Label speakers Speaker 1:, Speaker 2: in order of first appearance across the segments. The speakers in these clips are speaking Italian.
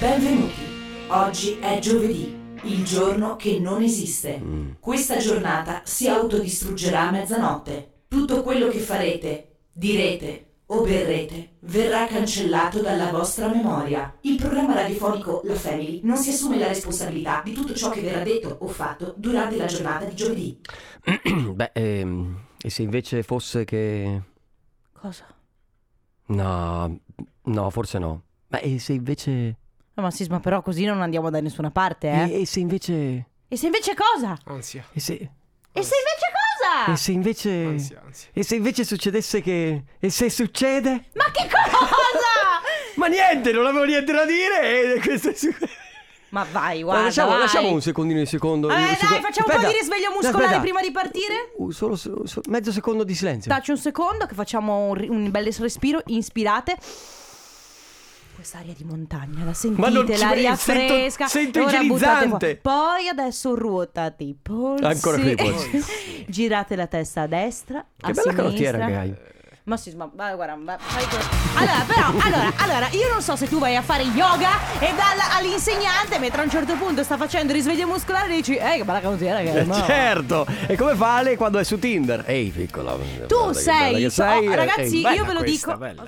Speaker 1: Benvenuti. Oggi è giovedì, il giorno che non esiste. Questa giornata si autodistruggerà a mezzanotte. Tutto quello che farete, direte o berrete verrà cancellato dalla vostra memoria. Il programma radiofonico La Family non si assume la responsabilità di tutto ciò che verrà detto o fatto durante la giornata di giovedì.
Speaker 2: Beh, ehm, e se invece fosse che...
Speaker 3: Cosa?
Speaker 2: No, no, forse no. Ma e se invece...
Speaker 3: Eh, ma Sisma, però così non andiamo da nessuna parte, eh?
Speaker 2: E, e se invece...
Speaker 3: E se invece cosa?
Speaker 4: Ansia,
Speaker 2: E se...
Speaker 3: E se invece cosa?
Speaker 2: E se invece...
Speaker 4: ansia, ansia.
Speaker 2: E se invece succedesse che... E se succede?
Speaker 3: Ma che cosa?
Speaker 2: Ma niente, non avevo niente da dire e questo è sicuro.
Speaker 3: ma vai, guarda,
Speaker 2: lasciamo,
Speaker 3: vai.
Speaker 2: lasciamo un secondino di secondo.
Speaker 3: Vabbè,
Speaker 2: un
Speaker 3: dai,
Speaker 2: secondo-
Speaker 3: facciamo un po' di risveglio muscolare prima di partire?
Speaker 2: Uh, Solo, solo- solo- mezzo secondo di silenzio.
Speaker 3: Dacci un secondo che facciamo un, ri- un bel respiro, inspirate. Quest'aria di montagna, la sentite,
Speaker 2: Ma non ci
Speaker 3: l'aria
Speaker 2: pre- sento-
Speaker 3: fresca.
Speaker 2: sento
Speaker 3: Ora buttate
Speaker 2: igienizzante.
Speaker 3: qua. Poi adesso ruotate i polsi.
Speaker 2: Ancora con i polsi.
Speaker 3: Girate la testa a destra,
Speaker 2: Che
Speaker 3: a
Speaker 2: bella
Speaker 3: sinistra.
Speaker 2: canottiera che hai.
Speaker 3: Ma sì, ma vai, guarda, va- fai quello. Allora, però, allora, allora, io non so se tu vai a fare yoga e dalla, all'insegnante, mentre a un certo punto sta facendo risveglio muscolare, e dici, eh, che bella canottiera che
Speaker 2: Eh,
Speaker 3: hai, ma-
Speaker 2: Certo, e come fa Ale quando è su Tinder? Ehi, piccola. guarda
Speaker 3: Tu
Speaker 2: che
Speaker 3: sei,
Speaker 2: bella che
Speaker 3: oh,
Speaker 2: sei, eh,
Speaker 3: ragazzi,
Speaker 2: ehi,
Speaker 3: io
Speaker 2: bella
Speaker 3: ve lo
Speaker 4: questa,
Speaker 3: dico.
Speaker 4: bella.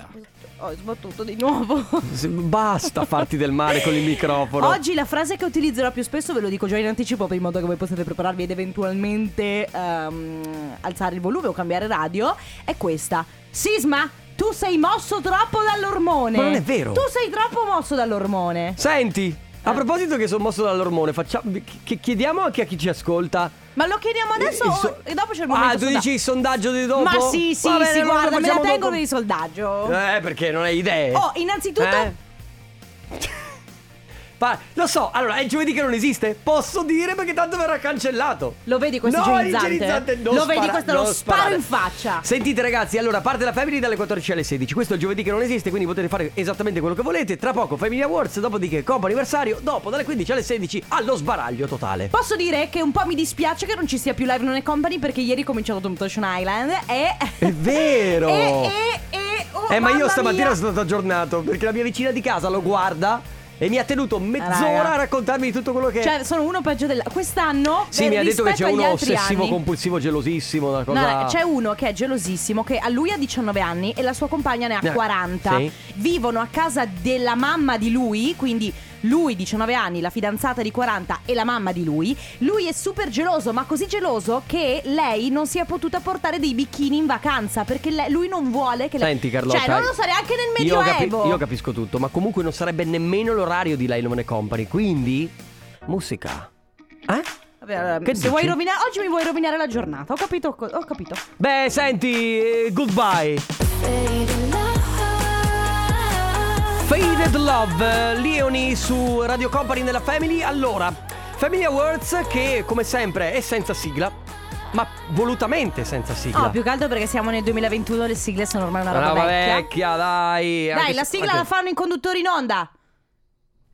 Speaker 3: Ho sbattuto- Ho sbattuto di nuovo.
Speaker 2: Se- Basta farti del male con il microfono.
Speaker 3: Oggi la frase che utilizzerò più spesso ve lo dico già in anticipo per in modo che voi possiate prepararvi ed eventualmente ehm, alzare il volume o cambiare radio è questa. Sisma, tu sei mosso troppo dall'ormone.
Speaker 2: Ma non è vero.
Speaker 3: Tu sei troppo mosso dall'ormone.
Speaker 2: Senti, a
Speaker 3: Eh.
Speaker 2: proposito che sono mosso dall'ormone, facciamo, che- chiediamo anche a chi ci ascolta.
Speaker 3: Ma lo chiediamo adesso
Speaker 2: Eh, il
Speaker 3: o-
Speaker 2: so-
Speaker 3: e dopo c'è il momento
Speaker 2: Ah, tu
Speaker 3: sondaggio.
Speaker 2: dici il sondaggio di dopo?
Speaker 3: Ma sì, sì,
Speaker 2: Va bene, allora
Speaker 3: sì,
Speaker 2: lo
Speaker 3: guarda, me la
Speaker 2: facciamo
Speaker 3: tengo
Speaker 2: dopo.
Speaker 3: per il sondaggio.
Speaker 2: Eh, perché non hai idee.
Speaker 3: Ecco.
Speaker 2: Eh?
Speaker 3: Oh, innanzitutto-
Speaker 2: Pa- lo so, allora è giovedì che non esiste? Posso dire perché tanto verrà cancellato.
Speaker 3: Lo vedi questo
Speaker 2: no,
Speaker 3: igienizzante?
Speaker 2: igienizzante non
Speaker 3: Lo vedi
Speaker 2: spara-
Speaker 3: questo? Lo
Speaker 2: non
Speaker 3: sparo
Speaker 2: sparare.
Speaker 3: in faccia.
Speaker 2: Sentite ragazzi, allora parte la Family dalle 14 alle 16. Questo è il giovedì che non esiste, quindi potete fare esattamente quello che volete. Tra poco Family Awards, dopodiché Coppa Anniversario, dopo dalle 15 alle 16 allo sbaraglio totale.
Speaker 3: Posso dire che un po' mi dispiace che non ci sia più Live Non è Company perché ieri è cominciato Temptation Island e...
Speaker 2: È vero!
Speaker 3: E, e, e... oh,
Speaker 2: eh, ma io
Speaker 3: mamma
Speaker 2: stamattina
Speaker 3: mia.
Speaker 2: sono stato aggiornato perché la mia vicina di casa lo guarda e mi ha tenuto mezz'ora
Speaker 3: Raga.
Speaker 2: a raccontarmi di tutto quello che.
Speaker 3: Cioè, sono uno peggio del... Quest'anno...
Speaker 2: sì,
Speaker 3: beh,
Speaker 2: mi ha detto che c'è
Speaker 3: rispetto agli
Speaker 2: uno
Speaker 3: altri
Speaker 2: ossessivo,
Speaker 3: anni-
Speaker 2: compulsivo, gelosissimo. Una
Speaker 3: No,
Speaker 2: cosa.
Speaker 3: no, c'è uno che è gelosissimo che a lui ha 19 anni e la sua compagna ne ha
Speaker 2: Eh,
Speaker 3: 40.
Speaker 2: sì.
Speaker 3: Vivono a casa della mamma di lui, quindi lui 19 anni, la fidanzata di 40 e la mamma di lui. Lui è super geloso, ma così geloso che lei non si è potuta portare dei bikini in vacanza perché le- lui non vuole che lei
Speaker 2: Senti Carlotta
Speaker 3: Cioè, non lo sa neanche nel
Speaker 2: io capi-
Speaker 3: Medioevo.
Speaker 2: io capisco tutto Ma comunque non sarebbe nemmeno l'orario di Laione Company Quindi Musica Eh?
Speaker 3: Vabbè, allora,
Speaker 2: Che
Speaker 3: se
Speaker 2: dici?
Speaker 3: vuoi rovinare oggi mi vuoi rovinare la giornata. Ho capito, co- ho capito.
Speaker 2: Beh senti eh, Goodbye Faded Love eh, Leoni su Radio Company nella Family Allora Family Awards che come sempre è senza sigla Ma volutamente senza sigla
Speaker 3: No, più che altro perché siamo nel 2021, le sigle sono ormai una roba
Speaker 2: Brava
Speaker 3: vecchia.
Speaker 2: vecchia dai anche
Speaker 3: Dai, la
Speaker 2: se-
Speaker 3: sigla
Speaker 2: anche-
Speaker 3: la fanno i conduttori in onda.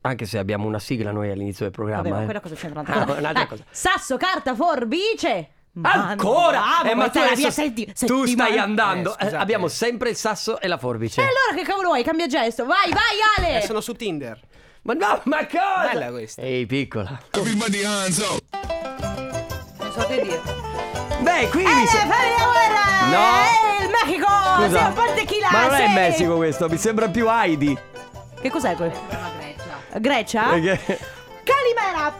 Speaker 2: Anche se abbiamo una sigla noi all'inizio del programma
Speaker 3: Vabbè, ma
Speaker 2: eh.
Speaker 3: quella cosa Eh, c'entra
Speaker 2: Ah, no, un'altra
Speaker 3: Dai,
Speaker 2: cosa.
Speaker 3: Sasso, carta, forbice.
Speaker 2: Ancora?
Speaker 3: Ah,
Speaker 2: Eh, ma tu,
Speaker 3: la
Speaker 2: adesso-
Speaker 3: via setti-
Speaker 2: tu
Speaker 3: settimana-
Speaker 2: stai andando.
Speaker 4: Eh, scusate.
Speaker 2: Eh, abbiamo sempre il sasso e la forbice.
Speaker 3: E allora che cavolo vuoi? Cambia gesto. Vai, vai Ale.
Speaker 4: Eh, sono su Tinder.
Speaker 2: Ma no, ma cosa?
Speaker 4: Bella questa.
Speaker 2: Ehi, piccola.
Speaker 3: Non so che dire.
Speaker 2: Beh, quindi.
Speaker 3: Ale,
Speaker 2: se-
Speaker 3: Eh, fai la guerra.
Speaker 2: No.
Speaker 3: Eh, il Mexico.
Speaker 2: Scusa,
Speaker 3: Siamo parte chi Eh? là,
Speaker 2: ma non è
Speaker 3: sì.
Speaker 2: il Messico questo, mi sembra più Heidi.
Speaker 3: Che cos'è quel? Grecia. Grecia?
Speaker 2: Perché-
Speaker 3: Calimera.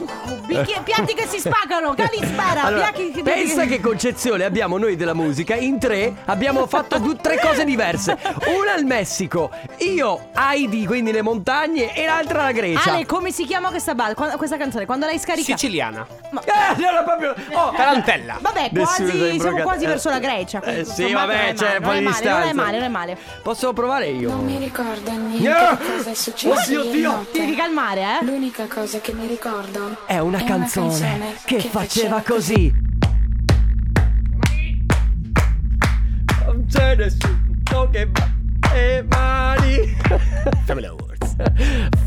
Speaker 3: Bicchi- piatti che si spaccano. Calispera.
Speaker 2: Allora,
Speaker 3: piatti che-
Speaker 2: pensa che concezione abbiamo noi della musica. In tre abbiamo fatto due- tre cose diverse. Una al Messico, io, Heidi, quindi le montagne, e l'altra alla Grecia.
Speaker 3: Ale, come si chiama questa, bal- quando- questa canzone? Quando l'hai scaricata?
Speaker 4: Siciliana.
Speaker 2: Eh, non era proprio. Oh,
Speaker 4: Tarantella.
Speaker 3: Vabbè,
Speaker 2: Nessuno
Speaker 3: quasi,
Speaker 2: dai
Speaker 3: siamo
Speaker 2: broccati.
Speaker 3: quasi
Speaker 2: Eh,
Speaker 3: verso la Grecia.
Speaker 2: eh,
Speaker 3: quindi,
Speaker 2: sì,
Speaker 3: insomma,
Speaker 2: vabbè, c'è un po'
Speaker 3: non è
Speaker 2: di
Speaker 3: male, non è male, non è
Speaker 2: distanza.
Speaker 3: male, non è male.
Speaker 2: Posso provare io?
Speaker 5: Non mi ricordo niente
Speaker 2: Yeah.
Speaker 5: di cosa è successo
Speaker 2: Oddio,
Speaker 5: ieri
Speaker 2: Oh, Dio.
Speaker 5: notte.
Speaker 3: Ti devi calmare, eh?
Speaker 5: L'unica cosa che mi ricordo
Speaker 2: È una canzone,
Speaker 5: canzone
Speaker 2: che, faceva così. Non c'è nessuno che fa e mani. Family Awards.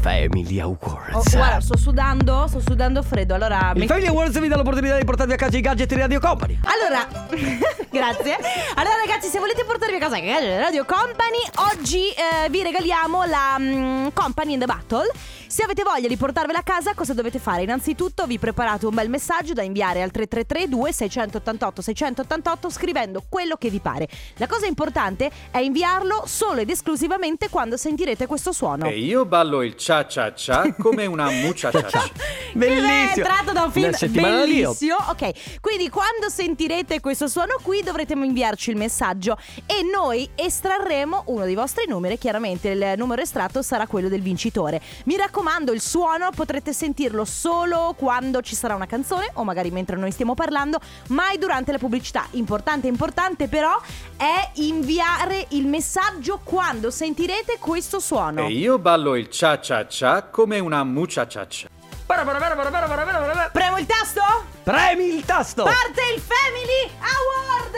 Speaker 2: Family
Speaker 3: Oh,
Speaker 2: Awards.
Speaker 3: guarda, sto sudando, sto sudando freddo. Allora,
Speaker 2: Il
Speaker 3: mi-
Speaker 2: Family Awards vi dà l'opportunità di portarvi a casa i gadget di Radio Company.
Speaker 3: allora Grazie. Allora, ragazzi, se volete portarvi a casa Radio Company, oggi eh, vi regaliamo la mm, Company in the Battle. Se avete voglia di portarvela a casa, cosa dovete fare? Innanzitutto vi preparate un bel messaggio da inviare al 333 688 688 scrivendo quello che vi pare. La cosa importante è inviarlo solo ed esclusivamente quando sentirete questo suono.
Speaker 4: E io ballo il cia cia cia come una muccia cia cia.
Speaker 2: Bellissimo.
Speaker 3: Che È tratto da un film
Speaker 2: Nel settimanale Lio.
Speaker 3: bellissimo. Ok, quindi quando sentirete questo suono qui dovrete inviarci il messaggio e noi estrarremo uno dei vostri numeri. Chiaramente il numero estratto sarà quello del vincitore. Mi raccomando, il suono potrete sentirlo solo quando ci sarà una canzone o magari mentre noi stiamo parlando, mai durante la pubblicità. Importante, importante però è inviare il messaggio quando sentirete questo suono.
Speaker 4: E io ballo il cia cia cia come una muccia cia cia.
Speaker 3: Premo il tasto?
Speaker 2: Premi il tasto.
Speaker 3: Parte il Family Award!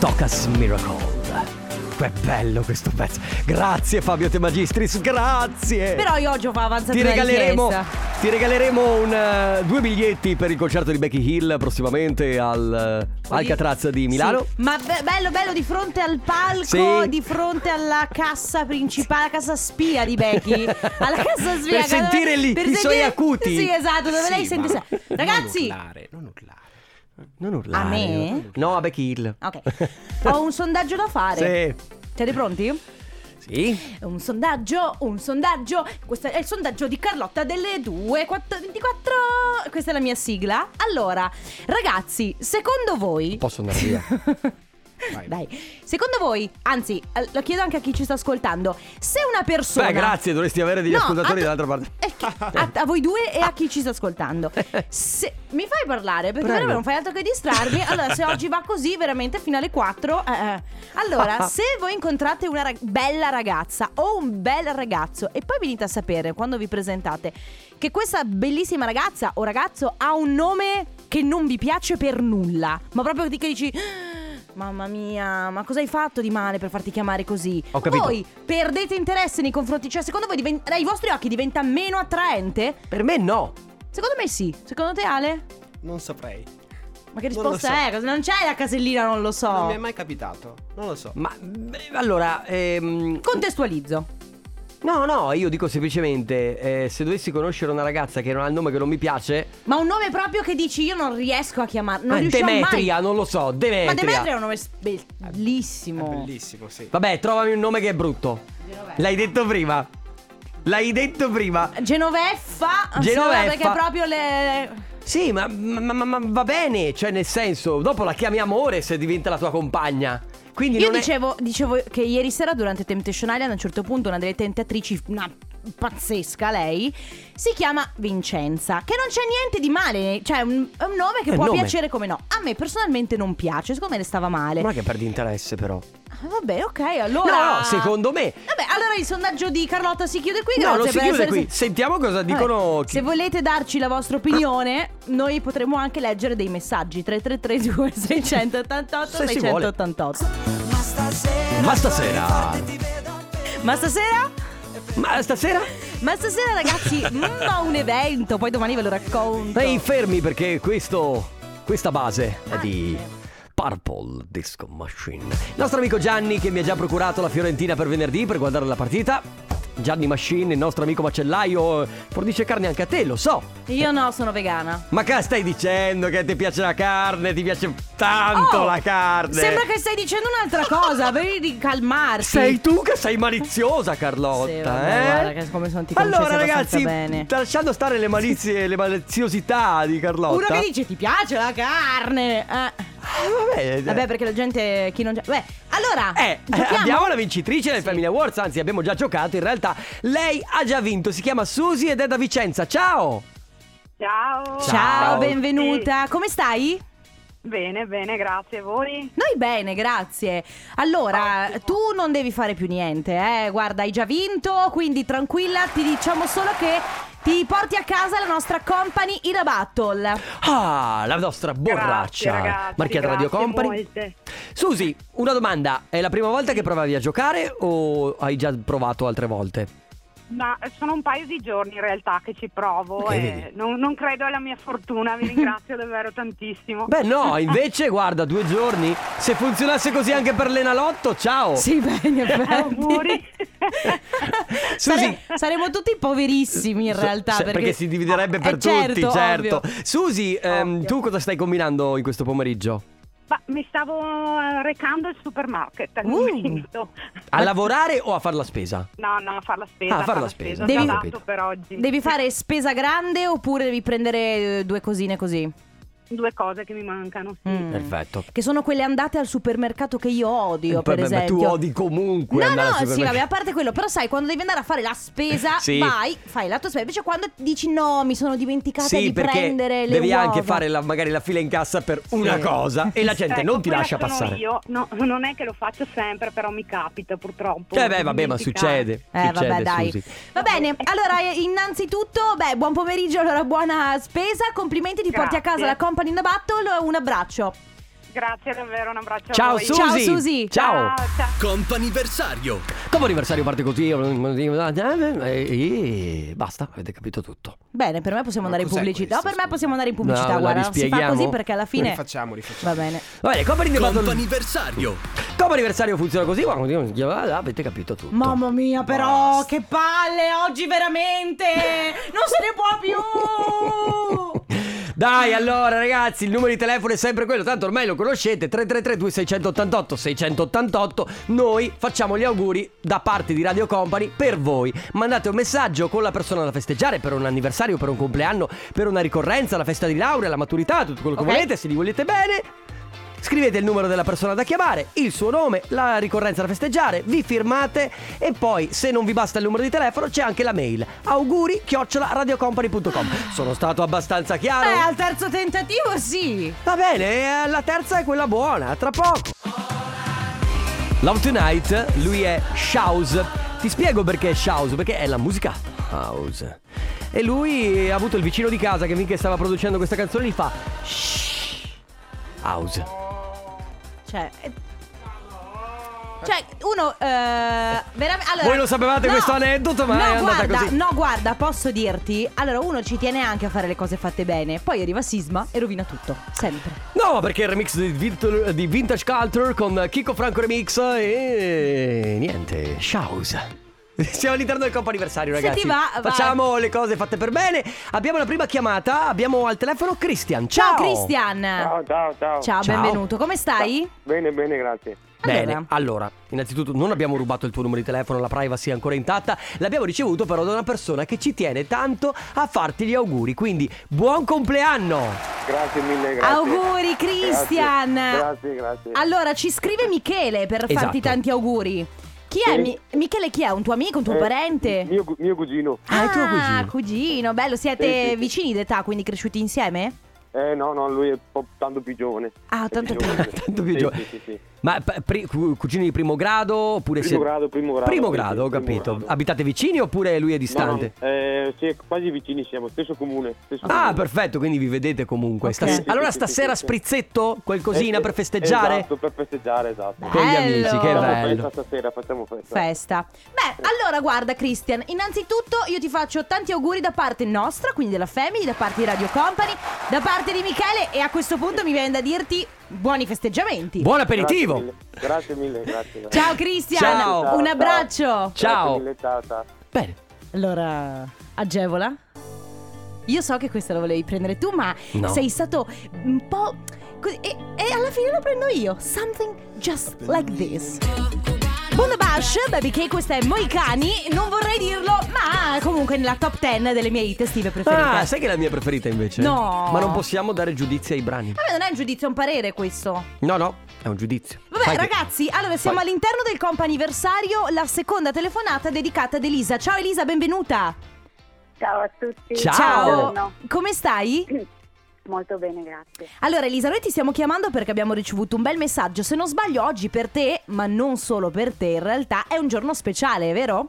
Speaker 2: Tocas Miracle. Che bello questo pezzo. Grazie Fabio Te Magistris, grazie.
Speaker 3: Però io oggi ho avanzato
Speaker 2: Eh. ti
Speaker 3: una
Speaker 2: regaleremo,
Speaker 3: richiesta.
Speaker 2: ti regaleremo un, eh, due biglietti per il concerto di Becky Hill prossimamente al, eh, Alcatraz di Milano.
Speaker 3: Sì. Ma be- bello, bello di fronte al palco,
Speaker 2: Sì.
Speaker 3: di fronte alla cassa principale, la casa spia di Becky. Alla casa spia.
Speaker 2: Per sentire lì i suoi acuti.
Speaker 3: Sì, esatto, dove lei sente.
Speaker 4: ma-
Speaker 3: se-
Speaker 4: Non
Speaker 3: Ragazzi,
Speaker 4: urlare, non urlare.
Speaker 2: Non urlare.
Speaker 3: A me?
Speaker 2: No, a Becky Hill.
Speaker 3: ok, ho un sondaggio da fare.
Speaker 2: Sì.
Speaker 3: Siete pronti?
Speaker 2: Sì.
Speaker 3: Un sondaggio, un sondaggio. Questo è il sondaggio di Carlotta delle 2, 4, 24. Questa è la mia sigla. Allora, ragazzi, secondo voi.
Speaker 2: Posso andare via.
Speaker 3: Dai, secondo voi, anzi, eh, lo chiedo anche a chi ci sta ascoltando, se una persona...
Speaker 2: Beh, grazie, dovresti avere degli
Speaker 3: No,
Speaker 2: ascoltatori
Speaker 3: a tu-
Speaker 2: dall'altra parte.
Speaker 3: eh, chi- A, a voi due e a chi ci sta ascoltando. Se- mi fai parlare perché
Speaker 2: Prego.
Speaker 3: veramente non fai altro che distrarmi. Allora, se oggi va così, veramente fino alle 4. eh, eh. Allora, se voi incontrate una rag- bella ragazza o un bel ragazzo e poi venite a sapere quando vi presentate che questa bellissima ragazza o ragazzo ha un nome che non vi piace per nulla, ma proprio di che dici. "Ah, Mamma mia, ma cosa hai fatto di male per farti chiamare così?
Speaker 2: Ho capito.
Speaker 3: Voi perdete interesse nei confronti, cioè secondo voi diven- ai vostri occhi diventa meno attraente?
Speaker 2: Per me no.
Speaker 3: Secondo me sì. Secondo te Ale?
Speaker 6: Non saprei.
Speaker 3: Ma che
Speaker 6: Non lo
Speaker 3: risposta
Speaker 6: so.
Speaker 3: è? Cosa- Non c'è la casellina, non lo so.
Speaker 6: Non mi è mai capitato. Non lo so.
Speaker 2: Ma beh, allora, ehm,
Speaker 3: Contestualizzo.
Speaker 2: no, no, io dico semplicemente: eh, se dovessi conoscere una ragazza che non ha il nome che non mi piace,
Speaker 3: Ma un nome proprio che dici io non riesco a chiamarlo. Non
Speaker 2: eh,
Speaker 3: riuscirò
Speaker 2: Demetria,
Speaker 3: mai.
Speaker 2: non lo so, Demetria.
Speaker 3: Ma Demetria è un nome s- bellissimo.
Speaker 6: È bellissimo, sì.
Speaker 2: Vabbè, trovami un nome che è brutto. L'hai detto prima. L'hai detto prima.
Speaker 3: Genoveffa. anzi,
Speaker 2: Genoveffa.
Speaker 3: no, Perché è proprio le...
Speaker 2: Sì, ma, ma- ma- ma va bene, cioè nel senso, dopo la chiami amore se diventa la tua compagna. Quindi
Speaker 3: Io
Speaker 2: non è-
Speaker 3: dicevo, dicevo che ieri sera durante Temptation Island a un certo punto una delle tentatrici, una pazzesca lei, si chiama Vincenza, che non c'è niente di male, cioè è un, è un nome che
Speaker 2: È
Speaker 3: può
Speaker 2: nome.
Speaker 3: piacere come no. A me personalmente non piace, secondo me le stava male.
Speaker 2: Non è che perdi interesse però.
Speaker 3: Ah, Vabbè, ok, allora...
Speaker 2: No, no, secondo me.
Speaker 3: Vabbè, allora il sondaggio di Carlotta si chiude qui,
Speaker 2: no,
Speaker 3: grazie
Speaker 2: non si
Speaker 3: per
Speaker 2: chiude
Speaker 3: essere-
Speaker 2: qui. Sentiamo cosa dicono
Speaker 3: Vabbè,
Speaker 2: chi-
Speaker 3: Se volete darci la vostra opinione, noi potremo anche leggere dei messaggi 333 688
Speaker 2: Se si vuole.
Speaker 3: 688.
Speaker 2: Ma stasera.
Speaker 3: Ma stasera
Speaker 2: Ma stasera?
Speaker 3: Ma stasera ragazzi, mm, ho un evento, poi domani ve lo racconto.
Speaker 2: Ehi, fermi perché questo questa base è di Purple Disco Machine. Il nostro amico Gianni che mi ha già procurato la Fiorentina per venerdì per guardare la partita. Gianni Machine, il nostro amico macellaio, fornisce carne anche a te, lo so.
Speaker 3: Io no, sono vegana.
Speaker 2: Ma che stai dicendo che ti piace la carne? Ti piace tanto
Speaker 3: Oh,
Speaker 2: la carne?
Speaker 3: Sembra che stai dicendo un'altra cosa, devi calmarti.
Speaker 2: Sei tu che sei maliziosa, Carlotta.
Speaker 3: Sì, vabbè,
Speaker 2: eh?
Speaker 3: guarda che come sono- ti conosci
Speaker 2: allora,
Speaker 3: abbastanza
Speaker 2: ragazzi,
Speaker 3: bene.
Speaker 2: lasciando stare le malizie e le maliziosità di
Speaker 3: Uno
Speaker 2: Carlotta.
Speaker 3: che dice ti piace la carne. Eh,
Speaker 2: Eh, vabbè,
Speaker 3: Vabbè, perché la gente chi non Beh, allora
Speaker 2: Eh,
Speaker 3: giochiamo?
Speaker 2: abbiamo la vincitrice del Family Awards, anzi abbiamo già giocato, in realtà lei ha già vinto, si chiama Susi ed è da Vicenza, ciao!
Speaker 7: Ciao.
Speaker 3: Ciao, benvenuta. Come stai?
Speaker 7: Bene, bene, grazie. Voi?
Speaker 3: Noi bene, grazie. Allora, tu non devi fare più niente, eh. Guarda, hai già vinto, quindi tranquilla, ti diciamo solo che ti porti a casa la nostra company in a battle.
Speaker 2: Ah, la nostra borraccia,
Speaker 7: Grazie, ragazzi,
Speaker 2: marchiata Radio
Speaker 7: grazie
Speaker 2: Company.
Speaker 7: molte.
Speaker 2: Susi, una domanda, è la prima volta che provavi a giocare o hai già provato altre volte?
Speaker 7: Ma sono un paio di giorni in realtà che ci provo
Speaker 2: Ok,
Speaker 7: e
Speaker 2: Eh, vedi.
Speaker 7: non, non credo alla mia fortuna, vi ringrazio davvero tantissimo.
Speaker 2: Beh, no, invece, guarda, due giorni. Se funzionasse così anche per l'enalotto, ciao.
Speaker 3: Sì, beh, in effetti.
Speaker 7: Auguri.
Speaker 2: Susi.
Speaker 3: Sare- saremo tutti poverissimi in
Speaker 2: So-
Speaker 3: realtà.
Speaker 2: se-
Speaker 3: perché,
Speaker 2: si dividerebbe
Speaker 3: Eh,
Speaker 2: per tutti,
Speaker 3: certo,
Speaker 2: certo.
Speaker 3: ovvio.
Speaker 2: Susi, ehm,
Speaker 7: Ovvio.
Speaker 2: tu cosa stai combinando in questo pomeriggio?
Speaker 7: Ma mi stavo eh, recando al supermarket al
Speaker 3: Uh.
Speaker 7: momento.
Speaker 2: A lavorare o a fare la spesa?
Speaker 7: No, no, a far la spesa.
Speaker 2: Ah, a far la spesa,
Speaker 7: Ho
Speaker 3: ho
Speaker 7: già
Speaker 2: capito.
Speaker 7: dato per oggi.
Speaker 3: Devi fare spesa grande oppure devi prendere eh, due cosine così?
Speaker 7: Due cose che mi mancano, sì.
Speaker 3: Mm.
Speaker 2: Perfetto.
Speaker 3: Che sono quelle andate al supermercato che io odio,
Speaker 2: Vabbè,
Speaker 3: per
Speaker 2: Eh, ma
Speaker 3: esempio.
Speaker 2: tu odi comunque
Speaker 3: No,
Speaker 2: andare
Speaker 3: no,
Speaker 2: al
Speaker 3: sì,
Speaker 2: supermercato.
Speaker 3: vabbè, a parte quello, però sai, quando devi andare a fare la spesa,
Speaker 2: Sì.
Speaker 3: vai, fai la tua spesa. Invece quando dici no, mi sono dimenticata
Speaker 2: Sì,
Speaker 3: di
Speaker 2: perché
Speaker 3: prendere le
Speaker 2: devi
Speaker 3: uova.
Speaker 2: anche fare la- magari la fila in cassa per una cosa e la gente
Speaker 7: Ecco,
Speaker 2: non ti
Speaker 7: quella
Speaker 2: lascia
Speaker 7: sono
Speaker 2: passare.
Speaker 7: Io no, non è che lo faccio sempre, però mi capita purtroppo.
Speaker 2: Eh beh, vabbè, ma succede.
Speaker 3: Eh,
Speaker 2: succede,
Speaker 3: vabbè, dai.
Speaker 2: Susi.
Speaker 3: Va bene, allora, eh, innanzitutto, beh, buon pomeriggio, allora buona spesa. Complimenti, ti porti a casa
Speaker 7: Grazie.
Speaker 3: la company in the battle. Un abbraccio.
Speaker 7: Grazie davvero, un abbraccio a
Speaker 2: Ciao
Speaker 7: voi.
Speaker 2: Susi.
Speaker 3: Ciao, Susi.
Speaker 2: Ciao.
Speaker 7: Ciao, ciao.
Speaker 8: Comp'anniversario
Speaker 2: Come anniversario parte così. eh, eh, Basta, avete capito tutto.
Speaker 3: Bene, per me possiamo
Speaker 6: Ma
Speaker 3: andare in
Speaker 6: cos'è
Speaker 3: pubblicità.
Speaker 6: questo,
Speaker 3: per me
Speaker 6: scusa?
Speaker 3: possiamo andare in pubblicità,
Speaker 2: No, la
Speaker 3: guarda. Si fa
Speaker 2: rispieghiamo?
Speaker 3: così perché alla fine.
Speaker 6: Rifacciamo, rifacciamo.
Speaker 3: Va bene.
Speaker 2: Va bene, Company in the Battle-
Speaker 8: Comp'anniversario
Speaker 2: Come anniversario funziona così, guarda, avete capito tutto.
Speaker 3: Mamma mia, però, che palle oggi veramente! Non se ne può più!
Speaker 2: Dai, allora ragazzi, il numero di telefono è sempre quello, tanto ormai lo conoscete, 333-2688-688. Noi facciamo gli auguri da parte di Radio Company per voi. Mandate un messaggio con la persona da festeggiare per un anniversario, per un compleanno, per una ricorrenza, la festa di laurea, la maturità, tutto quello che
Speaker 3: Ok.
Speaker 2: volete, se li volete bene. Scrivete il numero della persona da chiamare, il suo nome, la ricorrenza da festeggiare, vi firmate e poi se non vi basta il numero di telefono c'è anche la mail auguri chiocciola radiocompany.com Sono stato abbastanza chiaro?
Speaker 3: Eh, al terzo tentativo, sì!
Speaker 2: Va bene, eh, la terza è quella buona, a tra poco. Love Tonight, lui è Shouse. Ti spiego perché è Shouse, perché è la musica house. E lui ha avuto il vicino di casa che finché stava producendo questa canzone gli fa "Shh, House.
Speaker 3: Cioè. eh, Cioè, uno. eh, veramente. Allora,
Speaker 2: Voi lo sapevate questo aneddoto, ma
Speaker 3: no,
Speaker 2: è andata
Speaker 3: guarda,
Speaker 2: così.
Speaker 3: No, guarda, posso dirti. Allora, uno ci tiene anche a fare le cose fatte bene. Poi arriva Sisma e rovina tutto. Sempre.
Speaker 2: No, perché il remix di, Vit- di Vintage Culture con Kiko Franco Remix e niente, Shouse. Siamo all'interno del compo anniversario,
Speaker 3: Se
Speaker 2: ragazzi.
Speaker 3: ti va, vai.
Speaker 2: Facciamo le cose fatte per bene. Abbiamo la prima chiamata, abbiamo al telefono Christian. Ciao,
Speaker 3: Ciao, Cristian.
Speaker 9: Ciao, ciao, ciao.
Speaker 3: Ciao,
Speaker 2: Ciao.
Speaker 3: benvenuto. Come stai?
Speaker 9: Bene, bene, grazie.
Speaker 2: Bene, allora.
Speaker 3: Allora.
Speaker 2: innanzitutto non abbiamo rubato il tuo numero di telefono, la privacy è ancora intatta, l'abbiamo ricevuto però da una persona che ci tiene tanto a farti gli auguri, quindi buon compleanno!
Speaker 9: Grazie mille, grazie.
Speaker 3: Auguri, Christian.
Speaker 9: Grazie, grazie. grazie.
Speaker 3: Allora, ci scrive Michele per
Speaker 2: Esatto.
Speaker 3: farti tanti auguri. Chi è?
Speaker 9: Sì.
Speaker 3: Mi- Michele chi è? Un tuo amico, un tuo
Speaker 9: Eh,
Speaker 3: parente?
Speaker 9: Mio, cu- mio cugino.
Speaker 2: Ah, è tuo cugino.
Speaker 3: cugino, bello,
Speaker 9: Sì, sì,
Speaker 3: siete
Speaker 9: sì.
Speaker 3: vicini d'età, quindi cresciuti insieme?
Speaker 9: Eh, no, no, lui è po- tanto più giovane.
Speaker 3: Ah,
Speaker 9: È
Speaker 3: tanto più-
Speaker 2: Tanto più
Speaker 9: Sì,
Speaker 2: giovane.
Speaker 9: Sì, sì, sì.
Speaker 2: Ma pa- pri- cu- cugini di primo grado oppure
Speaker 9: Primo
Speaker 2: siete-
Speaker 9: grado, primo grado.
Speaker 2: Primo
Speaker 9: sì, sì,
Speaker 2: grado, ho
Speaker 9: primo
Speaker 2: capito.
Speaker 9: grado.
Speaker 2: Abitate vicini oppure lui è distante?
Speaker 9: No, no, eh, sì, quasi vicini siamo, stesso comune. Stesso
Speaker 2: Ah,
Speaker 9: comune.
Speaker 2: perfetto, quindi vi vedete comunque.
Speaker 3: Ok.
Speaker 2: Stas-
Speaker 3: Sì, sì,
Speaker 2: allora
Speaker 9: sì, sì,
Speaker 2: stasera
Speaker 9: sì, sì.
Speaker 2: sprizzetto qualcosina
Speaker 9: Eh,
Speaker 2: per
Speaker 9: sì,
Speaker 2: festeggiare?
Speaker 9: Esatto, per festeggiare, esatto.
Speaker 2: Con gli
Speaker 3: Bello.
Speaker 2: amici, che
Speaker 9: facciamo
Speaker 2: bello.
Speaker 9: festa stasera, facciamo festa.
Speaker 3: Festa. Beh, allora guarda Christian, innanzitutto io ti faccio tanti auguri da parte nostra, quindi della Family, da parte di Radio Company, da parte di Michele e a questo punto mi viene da dirti buoni festeggiamenti.
Speaker 2: Buon
Speaker 9: Grazie
Speaker 2: aperitivo!
Speaker 9: mille, Grazie mille, grazie. grazie.
Speaker 3: ciao Christian,
Speaker 2: Ciao.
Speaker 3: un
Speaker 2: Ciao.
Speaker 3: abbraccio.
Speaker 9: Grazie mille, ciao, ciao.
Speaker 2: Bene.
Speaker 3: Allora, agevola. Io so che questa la volevi prendere tu, ma
Speaker 2: No.
Speaker 3: sei stato un po'. così- e, e alla fine la prendo io. Something just like this. Buona Bash, Baby K, questa è Moicani. Non vorrei dirlo, ma comunque nella top 10 delle mie hit estive preferite.
Speaker 2: Ah, sai che è la mia preferita invece?
Speaker 3: No.
Speaker 2: Ma non possiamo dare giudizi ai brani.
Speaker 3: Vabbè, non è un giudizio, è un parere questo.
Speaker 2: No, no, è un giudizio.
Speaker 3: Vabbè,
Speaker 2: Sai che-
Speaker 3: ragazzi, allora siamo
Speaker 2: Vai.
Speaker 3: all'interno del comp anniversario, la seconda telefonata dedicata ad Elisa. Ciao Elisa, benvenuta.
Speaker 10: Ciao a tutti.
Speaker 2: Ciao.
Speaker 10: Buongiorno.
Speaker 3: Come stai?
Speaker 10: Molto bene, grazie.
Speaker 3: Allora Elisa, noi ti stiamo chiamando perché abbiamo ricevuto un bel messaggio. Se non sbaglio, oggi per te, ma non solo per te, in realtà è un giorno speciale, vero?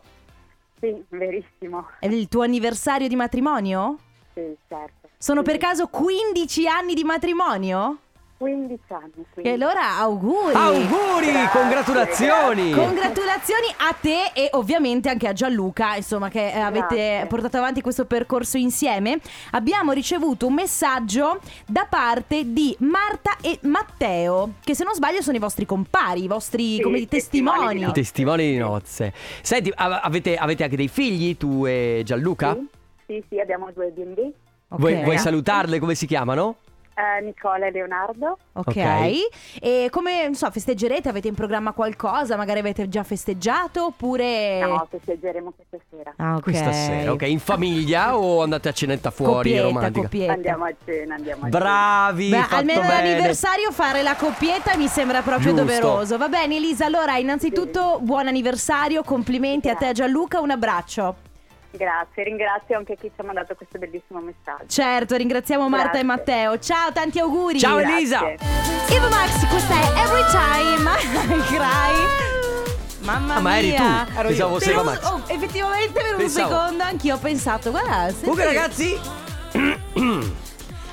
Speaker 10: Sì, verissimo.
Speaker 3: È il tuo anniversario di matrimonio?
Speaker 10: Sì, certo.
Speaker 3: Sono
Speaker 10: Sì,
Speaker 3: per caso 15 anni di matrimonio?
Speaker 10: 15 anni. quindi.
Speaker 3: E allora auguri!
Speaker 2: Auguri, congratulazioni.
Speaker 3: Congratulazioni a te e ovviamente anche a Gianluca, insomma, che eh, avete
Speaker 10: Grazie.
Speaker 3: portato avanti questo percorso insieme. Abbiamo ricevuto un messaggio da parte di Marta e Matteo, che se non sbaglio sono i vostri compari, i vostri
Speaker 10: Sì,
Speaker 3: come dire,
Speaker 10: testimoni di
Speaker 3: testimoni.
Speaker 2: I testimoni di nozze. Senti, a- avete, avete anche dei figli, tu e Gianluca?
Speaker 10: Sì, sì, sì, abbiamo due bimbi,
Speaker 3: Ok. ah.
Speaker 2: Vuoi, vuoi salutarle? Come si chiamano?
Speaker 10: eh, Nicola e Leonardo.
Speaker 3: Ok.
Speaker 2: Ok.
Speaker 3: E come, non so, festeggerete? Avete in programma qualcosa? Magari avete già festeggiato oppure...
Speaker 10: No, festeggeremo questa sera.
Speaker 3: Eh. Ah, ok.
Speaker 2: Questa sera, ok? In famiglia o andate a cenetta fuori?
Speaker 3: Coppietta,
Speaker 2: romantica.
Speaker 3: coppietta.
Speaker 10: Andiamo a cena, andiamo a cena.
Speaker 2: Bravi,
Speaker 3: Beh,
Speaker 2: fatto
Speaker 3: almeno
Speaker 2: bene.
Speaker 3: l'anniversario fare la coppietta mi sembra proprio
Speaker 2: Giusto.
Speaker 3: doveroso. Va bene, Elisa. Allora, innanzitutto, buon anniversario, complimenti a te, Gianluca, un abbraccio.
Speaker 10: Grazie, ringrazio anche chi ci ha mandato questo bellissimo messaggio.
Speaker 3: Certo, ringraziamo Marta
Speaker 10: Grazie.
Speaker 3: e Matteo. Ciao, tanti auguri.
Speaker 2: Ciao
Speaker 10: Grazie.
Speaker 2: Elisa.
Speaker 3: Evo Max, questa è Every Time I Cry. Mamma
Speaker 2: Ah, ma eri
Speaker 3: mia.
Speaker 2: tu. Pensavo
Speaker 3: Per
Speaker 2: fosse Eva
Speaker 3: un-
Speaker 2: Max.
Speaker 3: oh, effettivamente per
Speaker 2: Pensavo.
Speaker 3: un secondo anch'io ho pensato, guarda, senti-
Speaker 2: Comunque ragazzi, Mm.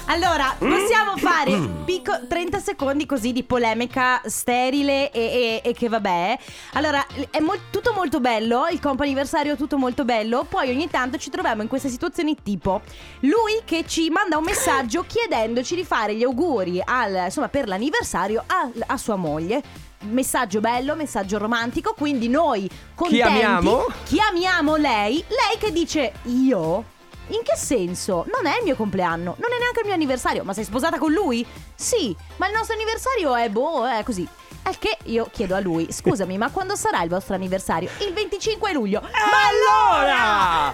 Speaker 3: Allora, possiamo fare picco- 30 secondi così di polemica sterile e, e- e che vabbè. Allora, è mol- tutto molto bello, il comp anniversario tutto molto bello, poi ogni tanto ci troviamo in queste situazioni tipo lui che ci manda un messaggio chiedendoci di fare gli auguri al- insomma, per l'anniversario a, a sua moglie. Messaggio bello, messaggio romantico, quindi noi contenti
Speaker 2: amiamo?
Speaker 3: chiamiamo lei, lei che dice io? In che senso? Non è il mio compleanno, non è neanche il mio anniversario, ma sei sposata con lui? Sì, ma il nostro anniversario è boh, è così. Al che io chiedo a lui, scusami, ma quando sarà il vostro anniversario? Il 25 luglio. Ma
Speaker 2: allora?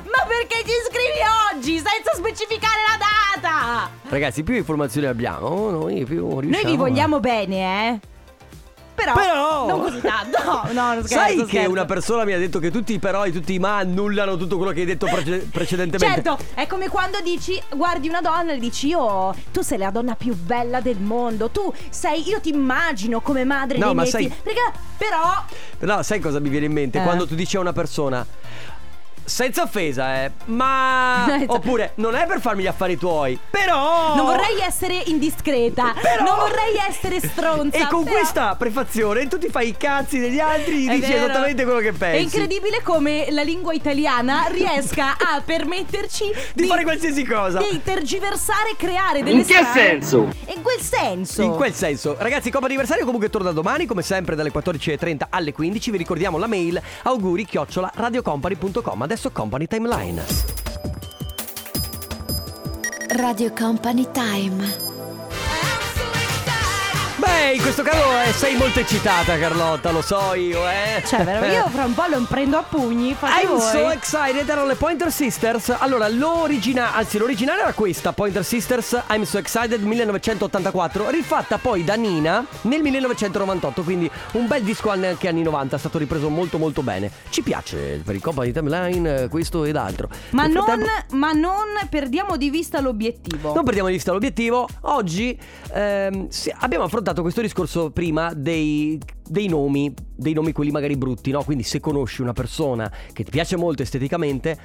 Speaker 3: Ma perché ci scrivi oggi senza specificare la data?
Speaker 2: ragazzi, più informazioni abbiamo, noi più riusciamo.
Speaker 3: Noi vi
Speaker 2: a-
Speaker 3: vogliamo bene, eh? Diciamo. Però,
Speaker 2: Però-
Speaker 3: non così tanto. No, no, non scherzo,
Speaker 2: Sai che
Speaker 3: scherzo.
Speaker 2: una persona mi ha detto che tutti i però e tutti i ma annullano tutto quello che hai detto prece- precedentemente.
Speaker 3: Certo, è come quando dici, guardi una donna e dici, oh, tu sei la donna più bella del mondo, tu sei, io ti immagino come madre
Speaker 2: No,
Speaker 3: dei
Speaker 2: ma
Speaker 3: miei
Speaker 2: sai-
Speaker 3: figli. Raga, però...
Speaker 2: Però sai cosa mi viene in mente?
Speaker 3: Certo. Eh.
Speaker 2: Quando tu dici a una persona senza offesa, eh, ma
Speaker 3: Senza-
Speaker 2: oppure non è per farmi gli affari tuoi, però
Speaker 3: Non vorrei essere indiscreta,
Speaker 2: Però-
Speaker 3: non vorrei essere stronza.
Speaker 2: E con
Speaker 3: però-
Speaker 2: questa prefazione tu ti fai i cazzi degli altri
Speaker 3: È
Speaker 2: e dici
Speaker 3: vero.
Speaker 2: esattamente quello che pensi.
Speaker 3: È incredibile come la lingua italiana riesca a permetterci
Speaker 2: Di fare qualsiasi cosa.
Speaker 3: Di tergiversare e creare delle In che senso? In quel senso.
Speaker 2: In quel senso, ragazzi, Coppa Anniversario comunque torna domani, come sempre dalle 14.30 alle 15. Vi ricordiamo la mail auguri chiocciola radiocompany.com. Adesso Company Timeline.
Speaker 5: Radio Company Time.
Speaker 2: Beh, in questo caso eh, sei molto eccitata, Carlotta, lo so io, eh.
Speaker 3: Cioè, veramente, io fra un po' lo prendo a pugni, fate
Speaker 2: I'm
Speaker 3: voi.
Speaker 2: so excited, erano le Pointer Sisters. Allora, l'origina, anzi, l'originale era questa, Pointer Sisters, I'm so excited 1984, rifatta poi da Nina nel 1998, quindi un bel disco anche anche anni 90, è stato ripreso molto molto bene. Ci piace per il Company Timeline eh, questo ed altro.
Speaker 3: Ma
Speaker 2: Nel
Speaker 3: non,
Speaker 2: frattempo-
Speaker 3: ma non perdiamo di vista l'obiettivo.
Speaker 2: non perdiamo di vista l'obiettivo, oggi ehm, si- abbiamo affrontato questo discorso prima dei, dei nomi, dei nomi quelli magari brutti, no? Quindi se conosci una persona che ti piace molto esteticamente,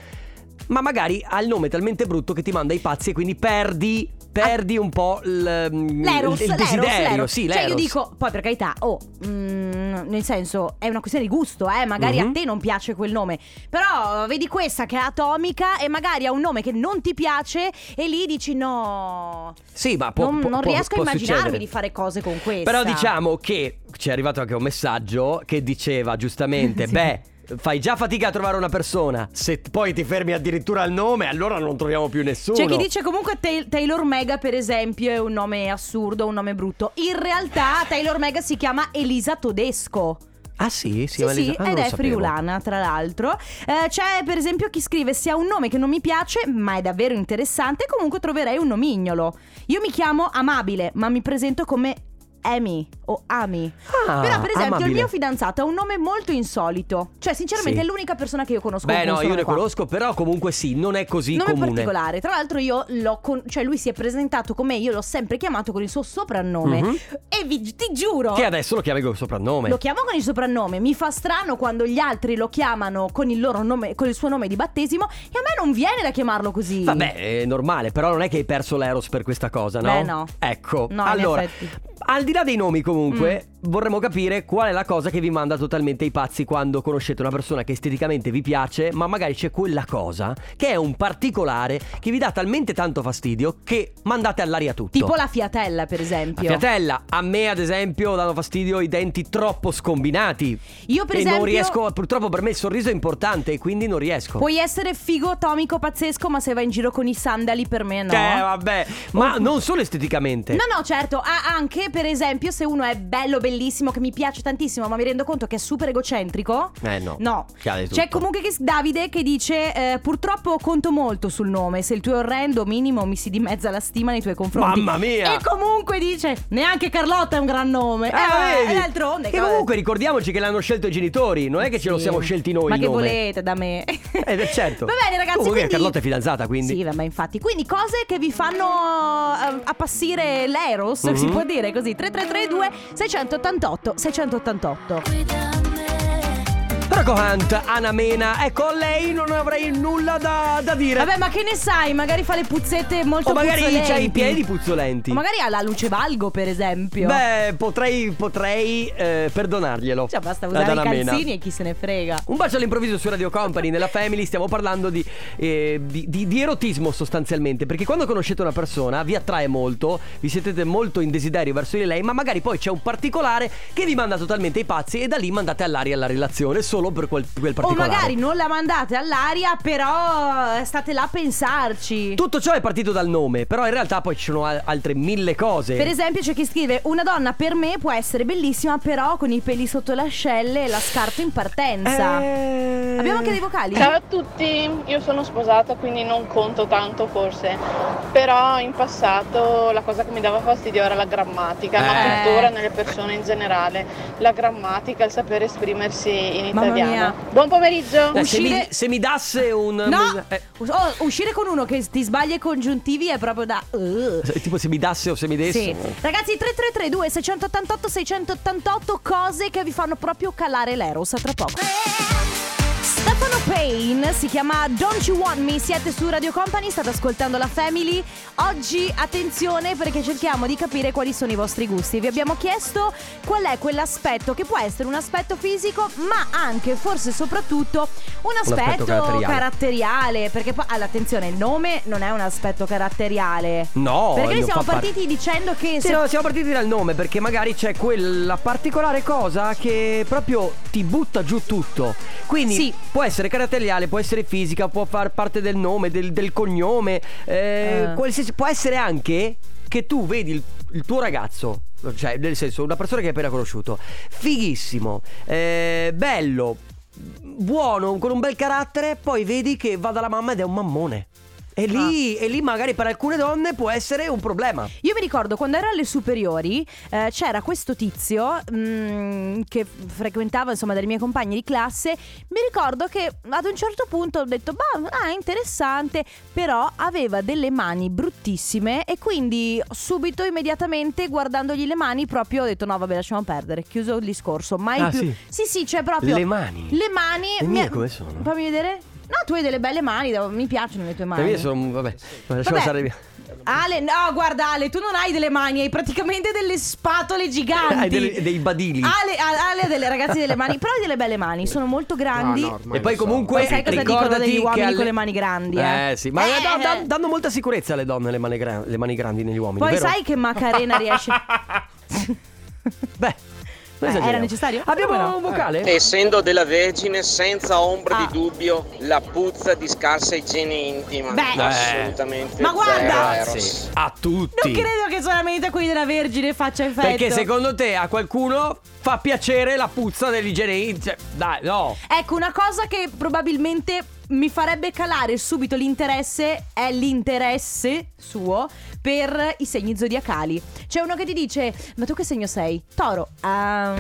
Speaker 2: ma magari ha il nome talmente brutto che ti manda i pazzi e quindi perdi, perdi un po' il, mm,
Speaker 3: Ah. L'eros,
Speaker 2: il- il
Speaker 3: l'eros,
Speaker 2: desiderio,
Speaker 3: l'eros.
Speaker 2: sì,
Speaker 3: Cioè io
Speaker 2: l'eros.
Speaker 3: dico, poi per carità, oh, mm, nel senso è una questione di gusto, eh, magari
Speaker 2: Mhm.
Speaker 3: a te non piace quel nome, però vedi questa che è atomica e magari ha un nome che non ti piace e lì dici no,
Speaker 2: Sì, ma può,
Speaker 3: non,
Speaker 2: può-
Speaker 3: non
Speaker 2: può-
Speaker 3: riesco
Speaker 2: può
Speaker 3: a immaginarmi
Speaker 2: succedere.
Speaker 3: di fare cose con questa.
Speaker 2: Però diciamo che ci è arrivato anche un messaggio che diceva giustamente,
Speaker 3: Sì.
Speaker 2: beh, fai già fatica a trovare una persona, se t- poi ti fermi addirittura al nome, allora non troviamo più nessuno.
Speaker 3: C'è chi dice comunque Tay- Taylor Mega per esempio è un nome assurdo, un nome brutto. In realtà Taylor Mega si chiama Elisa Todesco.
Speaker 2: Ah sì, sì,
Speaker 3: Sì,
Speaker 2: ma
Speaker 3: sì,
Speaker 2: Elisa- ah, non
Speaker 3: ed
Speaker 2: lo
Speaker 3: è
Speaker 2: sapevo.
Speaker 3: friulana, tra l'altro. Eh, c'è, per esempio, chi scrive: Se ha un nome che non mi piace, ma è davvero interessante, comunque troverei un nomignolo. Io mi chiamo Amabile, ma mi presento come Amy o Ami.
Speaker 2: Ah,
Speaker 3: Però, per esempio, il
Speaker 2: amabile.
Speaker 3: mio fidanzato ha un nome molto insolito. Cioè, sinceramente,
Speaker 2: Sì.
Speaker 3: è l'unica persona che io conosco.
Speaker 2: Beh,
Speaker 3: con
Speaker 2: no,
Speaker 3: questo
Speaker 2: io
Speaker 3: nome
Speaker 2: ne
Speaker 3: qua.
Speaker 2: conosco, però comunque sì, non è così
Speaker 3: Nome
Speaker 2: comune.
Speaker 3: particolare. Tra l'altro, io l'ho. con- cioè, lui si è presentato come io l'ho sempre chiamato con il suo soprannome.
Speaker 2: Mhm.
Speaker 3: E vi, ti giuro.
Speaker 2: Che adesso lo chiami col soprannome.
Speaker 3: Lo chiamo con il soprannome, mi fa strano quando gli altri lo chiamano con il, loro nome, con il suo nome di battesimo e a me non viene da chiamarlo così.
Speaker 2: Vabbè, è normale, però non è che hai perso l'Eros per questa cosa, no?
Speaker 3: Beh, no.
Speaker 2: Ecco,
Speaker 3: No, in
Speaker 2: allora,
Speaker 3: effetti. Mm.
Speaker 2: al di là dei nomi comunque, vorremmo capire qual è la cosa che vi manda totalmente ai pazzi quando conoscete una persona che esteticamente vi piace, ma magari c'è quella cosa che è un particolare che vi dà talmente tanto fastidio che mandate all'aria tutto.
Speaker 3: Tipo la fiatella, per esempio.
Speaker 2: certo. La fiatella, a me ad esempio danno fastidio i denti troppo scombinati.
Speaker 3: Io, per
Speaker 2: e
Speaker 3: esempio,
Speaker 2: non riesco, purtroppo per me il sorriso è importante e quindi non riesco.
Speaker 3: puoi essere figo, tomico, pazzesco, ma se vai in giro con i sandali per me no.
Speaker 2: Eh, vabbè, ma non solo esteticamente.
Speaker 3: No, no, certo, ah, anche per esempio se uno è bello, bellissimo, che mi piace tantissimo, ma mi rendo conto che è super egocentrico.
Speaker 2: Eh no.
Speaker 3: No,
Speaker 2: Chiaro di
Speaker 3: c'è
Speaker 2: tutto.
Speaker 3: comunque che- Davide che dice eh, purtroppo conto molto sul nome, se il tuo è orrendo minimo mi si dimezza la stima nei tuoi confronti.
Speaker 2: Mamma mia!
Speaker 3: E comunque dice neanche Carlotta è un gran nome.
Speaker 2: Eh,
Speaker 3: vabbè,
Speaker 2: vedi?
Speaker 3: e d'altronde
Speaker 2: Che
Speaker 3: vabbè.
Speaker 2: comunque ricordiamoci che l'hanno scelto i genitori, non è che ce lo
Speaker 3: Sì.
Speaker 2: siamo scelti noi.
Speaker 3: Ma
Speaker 2: il
Speaker 3: che
Speaker 2: nome.
Speaker 3: volete da me?
Speaker 2: Eh, beh, certo.
Speaker 3: Va bene, ragazzi.
Speaker 2: Comunque
Speaker 3: quindi-
Speaker 2: Carlotta è fidanzata, quindi.
Speaker 3: Sì, ma infatti. Quindi cose che vi fanno eh, appassire l'eros, si
Speaker 2: Mhm.
Speaker 3: può dire così. 3332 688 688.
Speaker 2: Però Cohant, Anna Mena, ecco a lei non avrei nulla da, da dire.
Speaker 3: Vabbè, ma che ne sai? Magari fa le puzzette molto
Speaker 2: Eh. o magari
Speaker 3: puzzolenti.
Speaker 2: c'ha i piedi puzzolenti.
Speaker 3: O magari ha la luce valgo, per esempio.
Speaker 2: Beh, potrei, potrei eh, perdonarglielo.
Speaker 3: Cioè, basta
Speaker 2: Ad
Speaker 3: usare i
Speaker 2: Anna Mena.
Speaker 3: calzini e chi se ne frega.
Speaker 2: Un bacio all'improvviso su Radio Company, nella Family stiamo parlando di, eh, di- di- di erotismo sostanzialmente, perché quando conoscete una persona vi attrae molto, vi siete molto in desiderio verso di lei, ma magari poi c'è un particolare che vi manda totalmente ai pazzi e da lì mandate all'aria la relazione solo per quel, quel
Speaker 3: O
Speaker 2: particolare.
Speaker 3: magari non la mandate all'aria, però eh, state là a pensarci.
Speaker 2: Tutto ciò è partito dal nome, però in realtà poi ci sono al- altre mille cose.
Speaker 3: Per esempio c'è chi scrive Una donna per me può essere bellissima Però con i peli sotto le ascelle E la scarpa in partenza
Speaker 2: Eh.
Speaker 3: Abbiamo anche dei vocali?
Speaker 11: Ciao a tutti, io sono sposata quindi non conto tanto forse, però in passato la cosa che mi dava fastidio era la grammatica,
Speaker 2: Eh.
Speaker 11: ma tuttora nelle persone in generale, la grammatica, il sapere esprimersi in
Speaker 3: Mamma
Speaker 11: italiano.
Speaker 3: mia.
Speaker 11: Buon pomeriggio!
Speaker 2: Dai, Eh, se, mi,
Speaker 3: uscire-
Speaker 2: se mi dasse un...
Speaker 3: No
Speaker 2: eh,
Speaker 3: Oh, Uscire con uno che ti sbaglia i congiuntivi È proprio da uh.
Speaker 2: se- tipo se mi dasse o se mi desse...
Speaker 3: Sì. Ragazzi 3332 688 688 Cose che vi fanno proprio calare l'eros A tra poco Stefano Payne si chiama Don't You Want Me, siete su Radio Company, state ascoltando la Family. Oggi attenzione perché cerchiamo di capire quali sono i vostri gusti. Vi abbiamo chiesto qual è quell'aspetto che può essere un aspetto fisico, ma anche, forse soprattutto, un aspetto,
Speaker 2: caratteriale.
Speaker 3: caratteriale, Perché poi, allora, attenzione, il nome non è un aspetto caratteriale.
Speaker 2: No,
Speaker 3: perché noi
Speaker 2: non
Speaker 3: siamo
Speaker 2: fa parte-
Speaker 3: partiti dicendo che
Speaker 2: Sì,
Speaker 3: se-
Speaker 2: no, siamo partiti dal nome perché magari c'è quella particolare cosa che proprio ti butta giù tutto. Quindi
Speaker 3: Sì.
Speaker 2: può essere caratteriale, può essere fisica, può far parte del nome, del, del cognome, eh,
Speaker 3: Eh.
Speaker 2: qualsiasi- può essere anche che tu vedi il, il tuo ragazzo. Cioè, nel senso, una persona che hai appena conosciuto, fighissimo, eh, bello, buono, con un bel carattere, poi vedi che va dalla mamma ed è un mammone. E lì, e lì magari per alcune donne può essere un problema.
Speaker 3: Io mi ricordo quando ero alle superiori eh, c'era questo tizio mm, che frequentava insomma delle mie compagne di classe. Mi ricordo che ad un certo punto ho detto, bah, ah, interessante, però aveva delle mani bruttissime e quindi subito, immediatamente, guardandogli le mani, proprio ho detto, no, vabbè, lasciamo perdere, chiuso il discorso. Mai
Speaker 2: Ah,
Speaker 3: più.
Speaker 2: sì.
Speaker 3: sì, sì, cioè proprio...
Speaker 2: Le mani.
Speaker 3: Le mani...
Speaker 2: Le
Speaker 3: mi-
Speaker 2: mie come sono? Cioè,
Speaker 3: Fammi vedere. No, tu hai delle belle mani, mi piacciono le tue mani.
Speaker 2: Le mie sono. Vabbè, lasciamo
Speaker 3: Vabbè.
Speaker 2: stare via.
Speaker 3: Ale, no, guarda Ale, tu non hai delle mani, hai praticamente delle spatole giganti.
Speaker 2: Hai delle- dei badili.
Speaker 3: Ale, A- Ale ha delle ragazzi delle mani, però hai delle belle mani, sono molto grandi.
Speaker 6: No, no, ormai
Speaker 2: E poi
Speaker 6: lo so.
Speaker 2: comunque
Speaker 3: Poi sai cosa dicono
Speaker 2: ricordati
Speaker 3: degli
Speaker 2: che
Speaker 3: uomini
Speaker 2: alle-
Speaker 3: con le mani grandi, eh?
Speaker 2: sì, ma
Speaker 3: Eh.
Speaker 2: da- da- danno molta sicurezza alle donne le mani, gra- le mani grandi negli uomini.
Speaker 3: Poi
Speaker 2: vero?
Speaker 3: sai che Macarena riesce
Speaker 2: Beh, non esageriamo.
Speaker 3: Eh, era necessario?
Speaker 2: Abbiamo
Speaker 3: Come no?
Speaker 2: un vocale?
Speaker 11: Essendo della Vergine, senza ombra
Speaker 3: di Ah.
Speaker 11: dubbio, la puzza di scarsa igiene intima.
Speaker 3: Beh.
Speaker 2: assolutamente
Speaker 3: Ma guarda,
Speaker 2: Grazie a tutti.
Speaker 3: non credo che solamente quelli della Vergine faccia effetto.
Speaker 2: Perché secondo te a qualcuno fa piacere la puzza dell'igiene? in- Cioè, dai, no.
Speaker 3: Ecco, una cosa che probabilmente mi farebbe calare subito l'interesse, è l'interesse suo per i segni zodiacali. C'è uno che ti dice, ma tu che segno sei? Toro. Ah,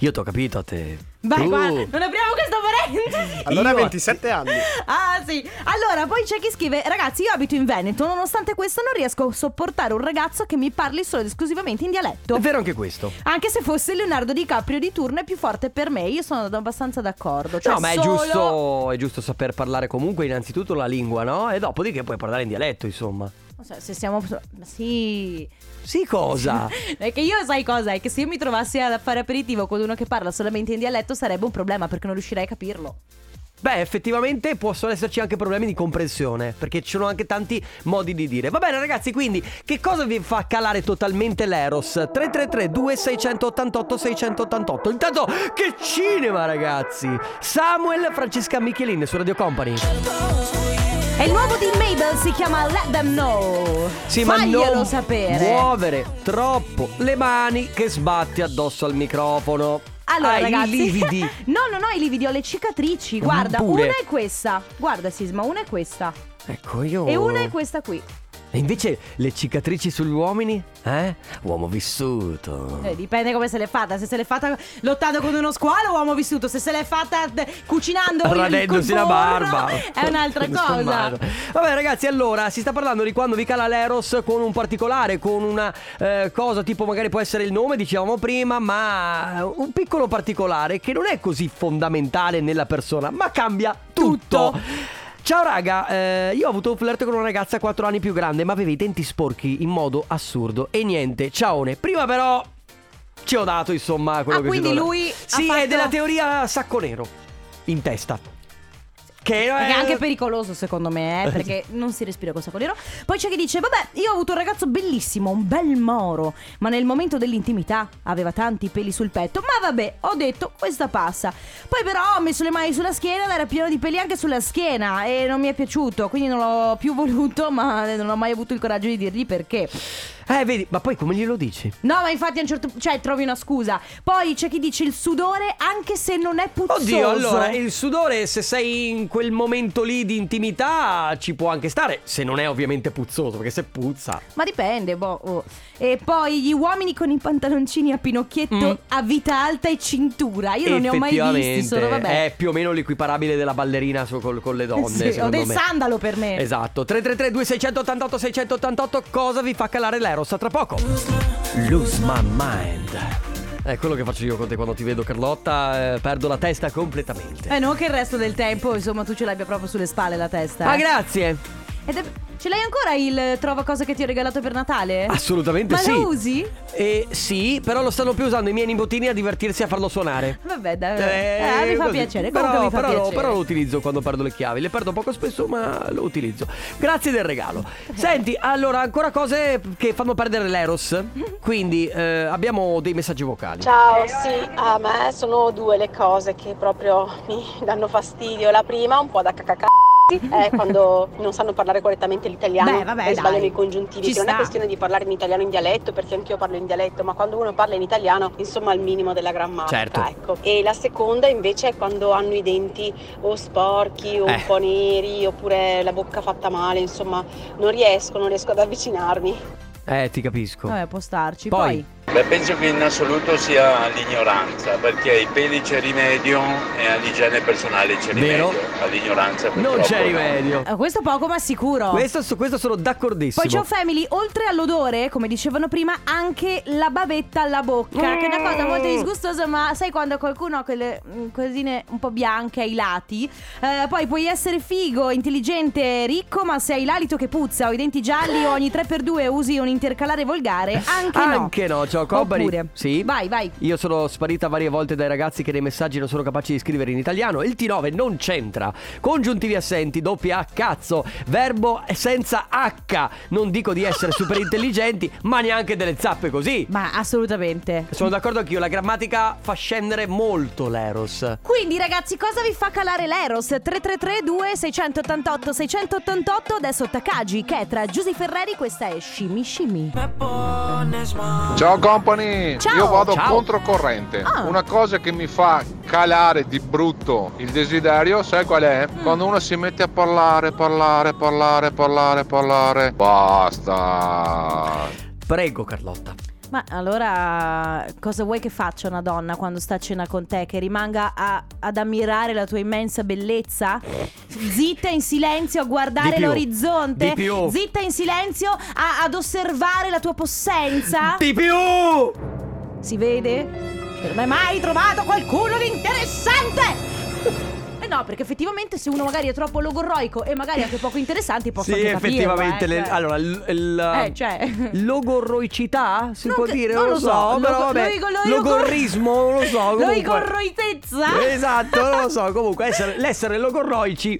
Speaker 2: Io t'ho capito a te.
Speaker 3: vai,
Speaker 2: Tu.
Speaker 3: guarda, non apriamo questa parentesi.
Speaker 6: Allora
Speaker 2: Io-
Speaker 6: 27 anni.
Speaker 3: Ah sì, allora poi c'è chi scrive Ragazzi io abito in Veneto, nonostante questo non riesco a sopportare un ragazzo che mi parli solo ed esclusivamente in dialetto
Speaker 2: È vero anche questo.
Speaker 3: Anche se fosse Leonardo DiCaprio di turno è più forte per me, io sono abbastanza d'accordo Cioè,
Speaker 2: no, ma è,
Speaker 3: solo-
Speaker 2: giusto, è giusto saper parlare comunque innanzitutto la lingua, no? E dopodiché puoi parlare in dialetto, insomma.
Speaker 3: Non so, Se siamo... Ma sì...
Speaker 2: Sì, cosa?
Speaker 3: È che io sai cosa? È che se io mi trovassi a fare aperitivo con uno che parla solamente in dialetto sarebbe un problema perché non riuscirei a capirlo
Speaker 2: Beh, effettivamente possono esserci anche problemi di comprensione, perché ci sono anche tanti modi di dire. Va bene, ragazzi, quindi che cosa vi fa calare totalmente l'Eros? 333 2688 688. Intanto che cinema, ragazzi! Samuel Francesca Michelin su Radio Company.
Speaker 3: E il nuovo di Mabel si chiama Let Them Know Faglielo
Speaker 2: non
Speaker 3: sapere
Speaker 2: Muovere troppo le mani che sbatti addosso al microfono.
Speaker 3: Allora,
Speaker 2: Hai
Speaker 3: ragazzi,
Speaker 2: Ah, i lividi. Mm,
Speaker 3: No, non ho i lividi, ho le cicatrici. Guarda,
Speaker 2: Pure.
Speaker 3: una è questa. Guarda, Sisma, una è questa.
Speaker 2: Ecco, io.
Speaker 3: E una è questa qui.
Speaker 2: E invece le cicatrici sugli uomini? Eh? Uomo vissuto.
Speaker 3: Eh, dipende come se l'è fatta. Se se l'è fatta lottando con uno squalo, uomo vissuto. Se se l'è fatta eh, cucinando il-
Speaker 2: Radendosi
Speaker 3: col
Speaker 2: la
Speaker 3: forno,
Speaker 2: barba
Speaker 3: È un'altra
Speaker 2: Con
Speaker 3: cosa.
Speaker 2: sto mano. Vabbè ragazzi allora Si sta parlando di quando vi cala l'eros Con un particolare Con una eh, cosa Tipo magari può essere il nome Dicevamo prima Ma eh, un piccolo particolare Che non è così fondamentale Nella persona Ma cambia tutto, Ciao raga, eh, io ho avuto un flirt con una ragazza 4 anni più grande ma aveva i denti sporchi in modo assurdo e niente, ciaone. Prima però ci ho dato insomma quello
Speaker 3: Ah,
Speaker 2: che si
Speaker 3: quindi
Speaker 2: doveva-
Speaker 3: lui ha
Speaker 2: Sì, è
Speaker 3: fatto-
Speaker 2: della teoria sacco nero in testa. Che
Speaker 3: Perché è anche pericoloso secondo me, eh, perché non si respira con sacco nero. Poi c'è chi dice, vabbè, io ho avuto un ragazzo bellissimo, un bel moro, ma nel momento dell'intimità aveva tanti peli sul petto. Ma vabbè, ho detto, questa passa. Poi però ho messo le mani sulla schiena ed era pieno di peli anche sulla schiena e non mi è piaciuto, quindi non l'ho più voluto, ma non ho mai avuto il coraggio di dirgli perché.
Speaker 2: Eh, vedi, ma poi come glielo dici?
Speaker 3: No, ma infatti a un certo punto, cioè, trovi una scusa. Poi c'è chi dice il sudore anche se non è puzzoso.
Speaker 2: Oddio, allora, il sudore, se sei in quel momento lì di intimità, ci può anche stare, se non è ovviamente puzzoso, perché se puzza.
Speaker 3: Ma dipende, boh. oh. E poi gli uomini con i pantaloncini a pinocchietto
Speaker 2: Mm.
Speaker 3: a vita alta e cintura. Io non ne ho mai visti,
Speaker 2: Effettivamente, Eh,
Speaker 3: sono vabbè.
Speaker 2: È più o meno l'equiparabile della ballerina so- col- con le donne,
Speaker 3: Sì, o
Speaker 2: secondo
Speaker 3: del
Speaker 2: me.
Speaker 3: sandalo per me.
Speaker 2: Esatto, 333-2688-688, cosa vi fa calare l'eros? A tra poco. Lose my mind. È quello che faccio io con te quando ti vedo Carlotta, eh, perdo la testa completamente.
Speaker 3: Eh, non che il resto del tempo, insomma, tu ce l'abbia proprio sulle spalle la testa.
Speaker 2: Ma
Speaker 3: eh.
Speaker 2: grazie.
Speaker 3: Ed è- Ce l'hai ancora il trova cosa che ti ho regalato per Natale?
Speaker 2: Assolutamente
Speaker 3: Ma
Speaker 2: sì.
Speaker 3: Ma lo usi?
Speaker 2: Eh, sì, però lo stanno più usando i miei nipotini a divertirsi a farlo suonare.
Speaker 3: Vabbè, dai.
Speaker 2: Eh,
Speaker 3: eh, mi fa
Speaker 2: così.
Speaker 3: piacere.
Speaker 2: Però,
Speaker 3: Comunque mi fa
Speaker 2: però lo-
Speaker 3: piacere.
Speaker 2: però lo utilizzo quando perdo le chiavi. Le perdo poco spesso, ma lo utilizzo. Grazie del regalo.
Speaker 3: Eh.
Speaker 2: Senti, allora, ancora cose che fanno perdere l'Eros.
Speaker 3: Mm-hmm.
Speaker 2: Quindi eh, abbiamo dei messaggi vocali.
Speaker 11: Ciao, sì, a me sono due le cose che proprio mi danno fastidio. La prima, un po' da cacacà. È quando non sanno parlare correttamente l'italiano
Speaker 3: Beh, vabbè,
Speaker 11: e sbagliano
Speaker 3: dai.
Speaker 11: i congiuntivi.
Speaker 3: Ci
Speaker 11: che non è
Speaker 3: sta.
Speaker 11: questione di parlare in italiano in dialetto, perché anch'io parlo in dialetto, ma quando uno parla in italiano, insomma, al minimo della grammatica.
Speaker 2: Certo.
Speaker 11: Ecco. E la seconda invece è quando hanno i denti o sporchi o
Speaker 2: Eh.
Speaker 11: un po' neri, oppure la bocca fatta male, insomma, non riesco, non riesco ad avvicinarmi.
Speaker 2: Eh, ti capisco.
Speaker 3: Vabbè, può starci.
Speaker 2: Poi.
Speaker 3: Poi.
Speaker 12: Beh, penso che in assoluto sia l'ignoranza, perché ai peli c'è rimedio e all'igiene personale c'è
Speaker 2: Vero.
Speaker 12: rimedio. All'ignoranza
Speaker 2: Non
Speaker 12: purtroppo
Speaker 2: c'è
Speaker 12: no.
Speaker 2: rimedio.
Speaker 3: Eh, Questo poco ma sicuro.
Speaker 2: Questo, su questo sono d'accordissimo.
Speaker 3: Poi c'ho Family, oltre all'odore, come dicevano prima, anche la bavetta alla bocca, che è una
Speaker 2: Mm.
Speaker 3: cosa molto disgustosa, ma sai quando qualcuno ha quelle mm, cosine un po' bianche ai lati? Eh, poi puoi essere figo, intelligente, ricco, ma se hai l'alito che puzza o i denti gialli ogni 3x2 usi un intercalare volgare, anche,
Speaker 2: Anche
Speaker 3: no.
Speaker 2: no, ciao Company.
Speaker 3: Oppure-
Speaker 2: Sì.
Speaker 3: Vai, vai.
Speaker 2: Io sono sparita varie volte dai ragazzi che nei messaggi non sono capaci di scrivere in italiano. Il T9 non c'entra. Congiuntivi assenti, doppia A, cazzo. Verbo senza H. Non dico di essere super intelligenti, ma neanche delle zappe così.
Speaker 3: Ma assolutamente.
Speaker 2: Sono d'accordo anch'io, la grammatica fa scendere molto l'eros.
Speaker 3: Quindi ragazzi cosa vi fa calare l'Eros? 3332 688 688 Adesso Takagi, Ketra, Giusy Ferreri Questa è Shimmy Shimmy
Speaker 13: Ciao Company,
Speaker 3: Ciao.
Speaker 13: io vado
Speaker 3: Ciao.
Speaker 13: controcorrente.
Speaker 3: Ah.
Speaker 13: Una cosa che mi fa calare di brutto il desiderio, sai qual è? Quando uno si mette a parlare, parlare, parlare, parlare, parlare. Basta.
Speaker 2: Prego Carlotta.
Speaker 3: Ma allora cosa vuoi che faccia una donna quando sta a cena con te? Che rimanga a- ad ammirare la tua immensa bellezza? Zitta in silenzio a guardare
Speaker 14: Di più.
Speaker 3: l'orizzonte?
Speaker 14: Di più.
Speaker 3: Zitta in silenzio a- ad osservare la tua possenza?
Speaker 2: Di più!
Speaker 3: Si vede? Non hai mai trovato qualcuno di interessante! Eh no, perché effettivamente se uno magari è troppo logorroico e magari anche poco interessante posso
Speaker 2: sì,
Speaker 3: anche capirlo,
Speaker 2: effettivamente.
Speaker 3: eh,
Speaker 2: le-
Speaker 3: cioè.
Speaker 2: allora, l- il- um,
Speaker 3: Eh, cioè.
Speaker 2: Logorroicità? Si può
Speaker 3: che-
Speaker 2: dire?
Speaker 3: non
Speaker 2: lo
Speaker 3: lo
Speaker 2: so,
Speaker 3: so,
Speaker 2: però
Speaker 3: logo-
Speaker 2: vabbè.
Speaker 3: loico- loico-
Speaker 2: logorrismo, non lo so. comunque.
Speaker 3: Loicorroitezza?
Speaker 2: Esatto, non lo so. Comunque, essere- l'essere logorroici.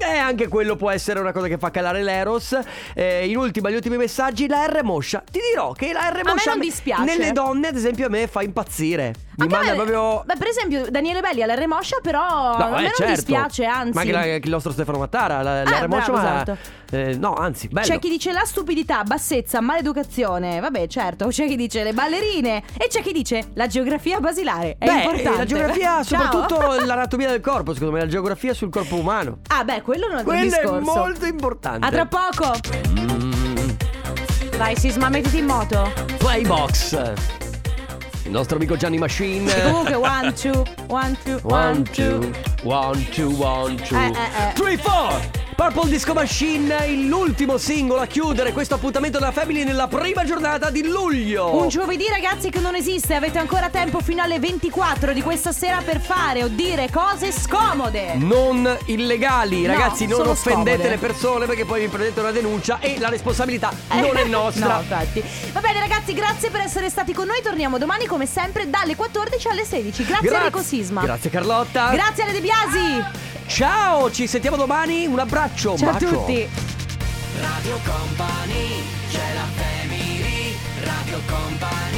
Speaker 2: E anche quello può essere una cosa che fa calare l'eros. Eh, in ultima, gli ultimi messaggi, la R moscia. Ti dirò che la R
Speaker 3: me
Speaker 2: moscia
Speaker 3: non dispiace.
Speaker 2: nelle donne, ad esempio, a me fa impazzire. Mi
Speaker 3: Anche a
Speaker 2: manda
Speaker 3: me-
Speaker 2: proprio
Speaker 3: Beh, per esempio, Daniele Belli alla Remoscia, però
Speaker 2: No,
Speaker 3: a me
Speaker 2: eh,
Speaker 3: non
Speaker 2: certo.
Speaker 3: dispiace, anzi.
Speaker 2: Ma anche la- il nostro Stefano Mattara, la, la
Speaker 3: Ah,
Speaker 2: Remoscia,
Speaker 3: bravo,
Speaker 2: ma-
Speaker 3: esatto.
Speaker 2: eh, no, anzi, bello.
Speaker 3: C'è chi dice la stupidità, bassezza, maleducazione. Vabbè, certo, c'è chi dice le ballerine e c'è chi dice la geografia basilare. È
Speaker 2: Beh,
Speaker 3: importante.
Speaker 2: eh, la geografia,
Speaker 3: Ciao.
Speaker 2: soprattutto l'anatomia del corpo, secondo me, la geografia sul corpo umano.
Speaker 3: Ah, beh, quello non è un altro
Speaker 2: Quello è
Speaker 3: discorso.
Speaker 2: molto importante.
Speaker 3: A tra poco. Vai, Sisma, mettiti in moto.
Speaker 2: Playbox. Il nostro amico Gianni Machine.
Speaker 3: E comunque, one, two, one, two,
Speaker 2: Eh. One, two, one, two, one, two.
Speaker 3: Eh, eh, eh.
Speaker 2: Three, four. Purple Disco Machine, il- l'ultimo singolo a chiudere questo appuntamento della Family nella prima giornata di luglio.
Speaker 3: Un giovedì ragazzi che non esiste, avete ancora tempo fino alle 24 di questa sera per fare o dire cose scomode.
Speaker 2: non illegali,
Speaker 3: No,
Speaker 2: ragazzi, non
Speaker 3: sono
Speaker 2: offendete
Speaker 3: scomode.
Speaker 2: le persone perché poi vi prendete una denuncia e la responsabilità non è nostra.
Speaker 3: Eh, No, infatti. Va bene ragazzi, grazie per essere stati con noi, torniamo domani come sempre dalle 14 alle 16. Grazie, a Enrico Sisma.
Speaker 2: Grazie Carlotta.
Speaker 3: Grazie Ale De Biasi.
Speaker 2: Ciao, ci sentiamo domani. Un abbraccio. un
Speaker 3: Ciao a
Speaker 2: bacio.
Speaker 3: tutti.
Speaker 14: Radio Company, c'è la family, Radio Company.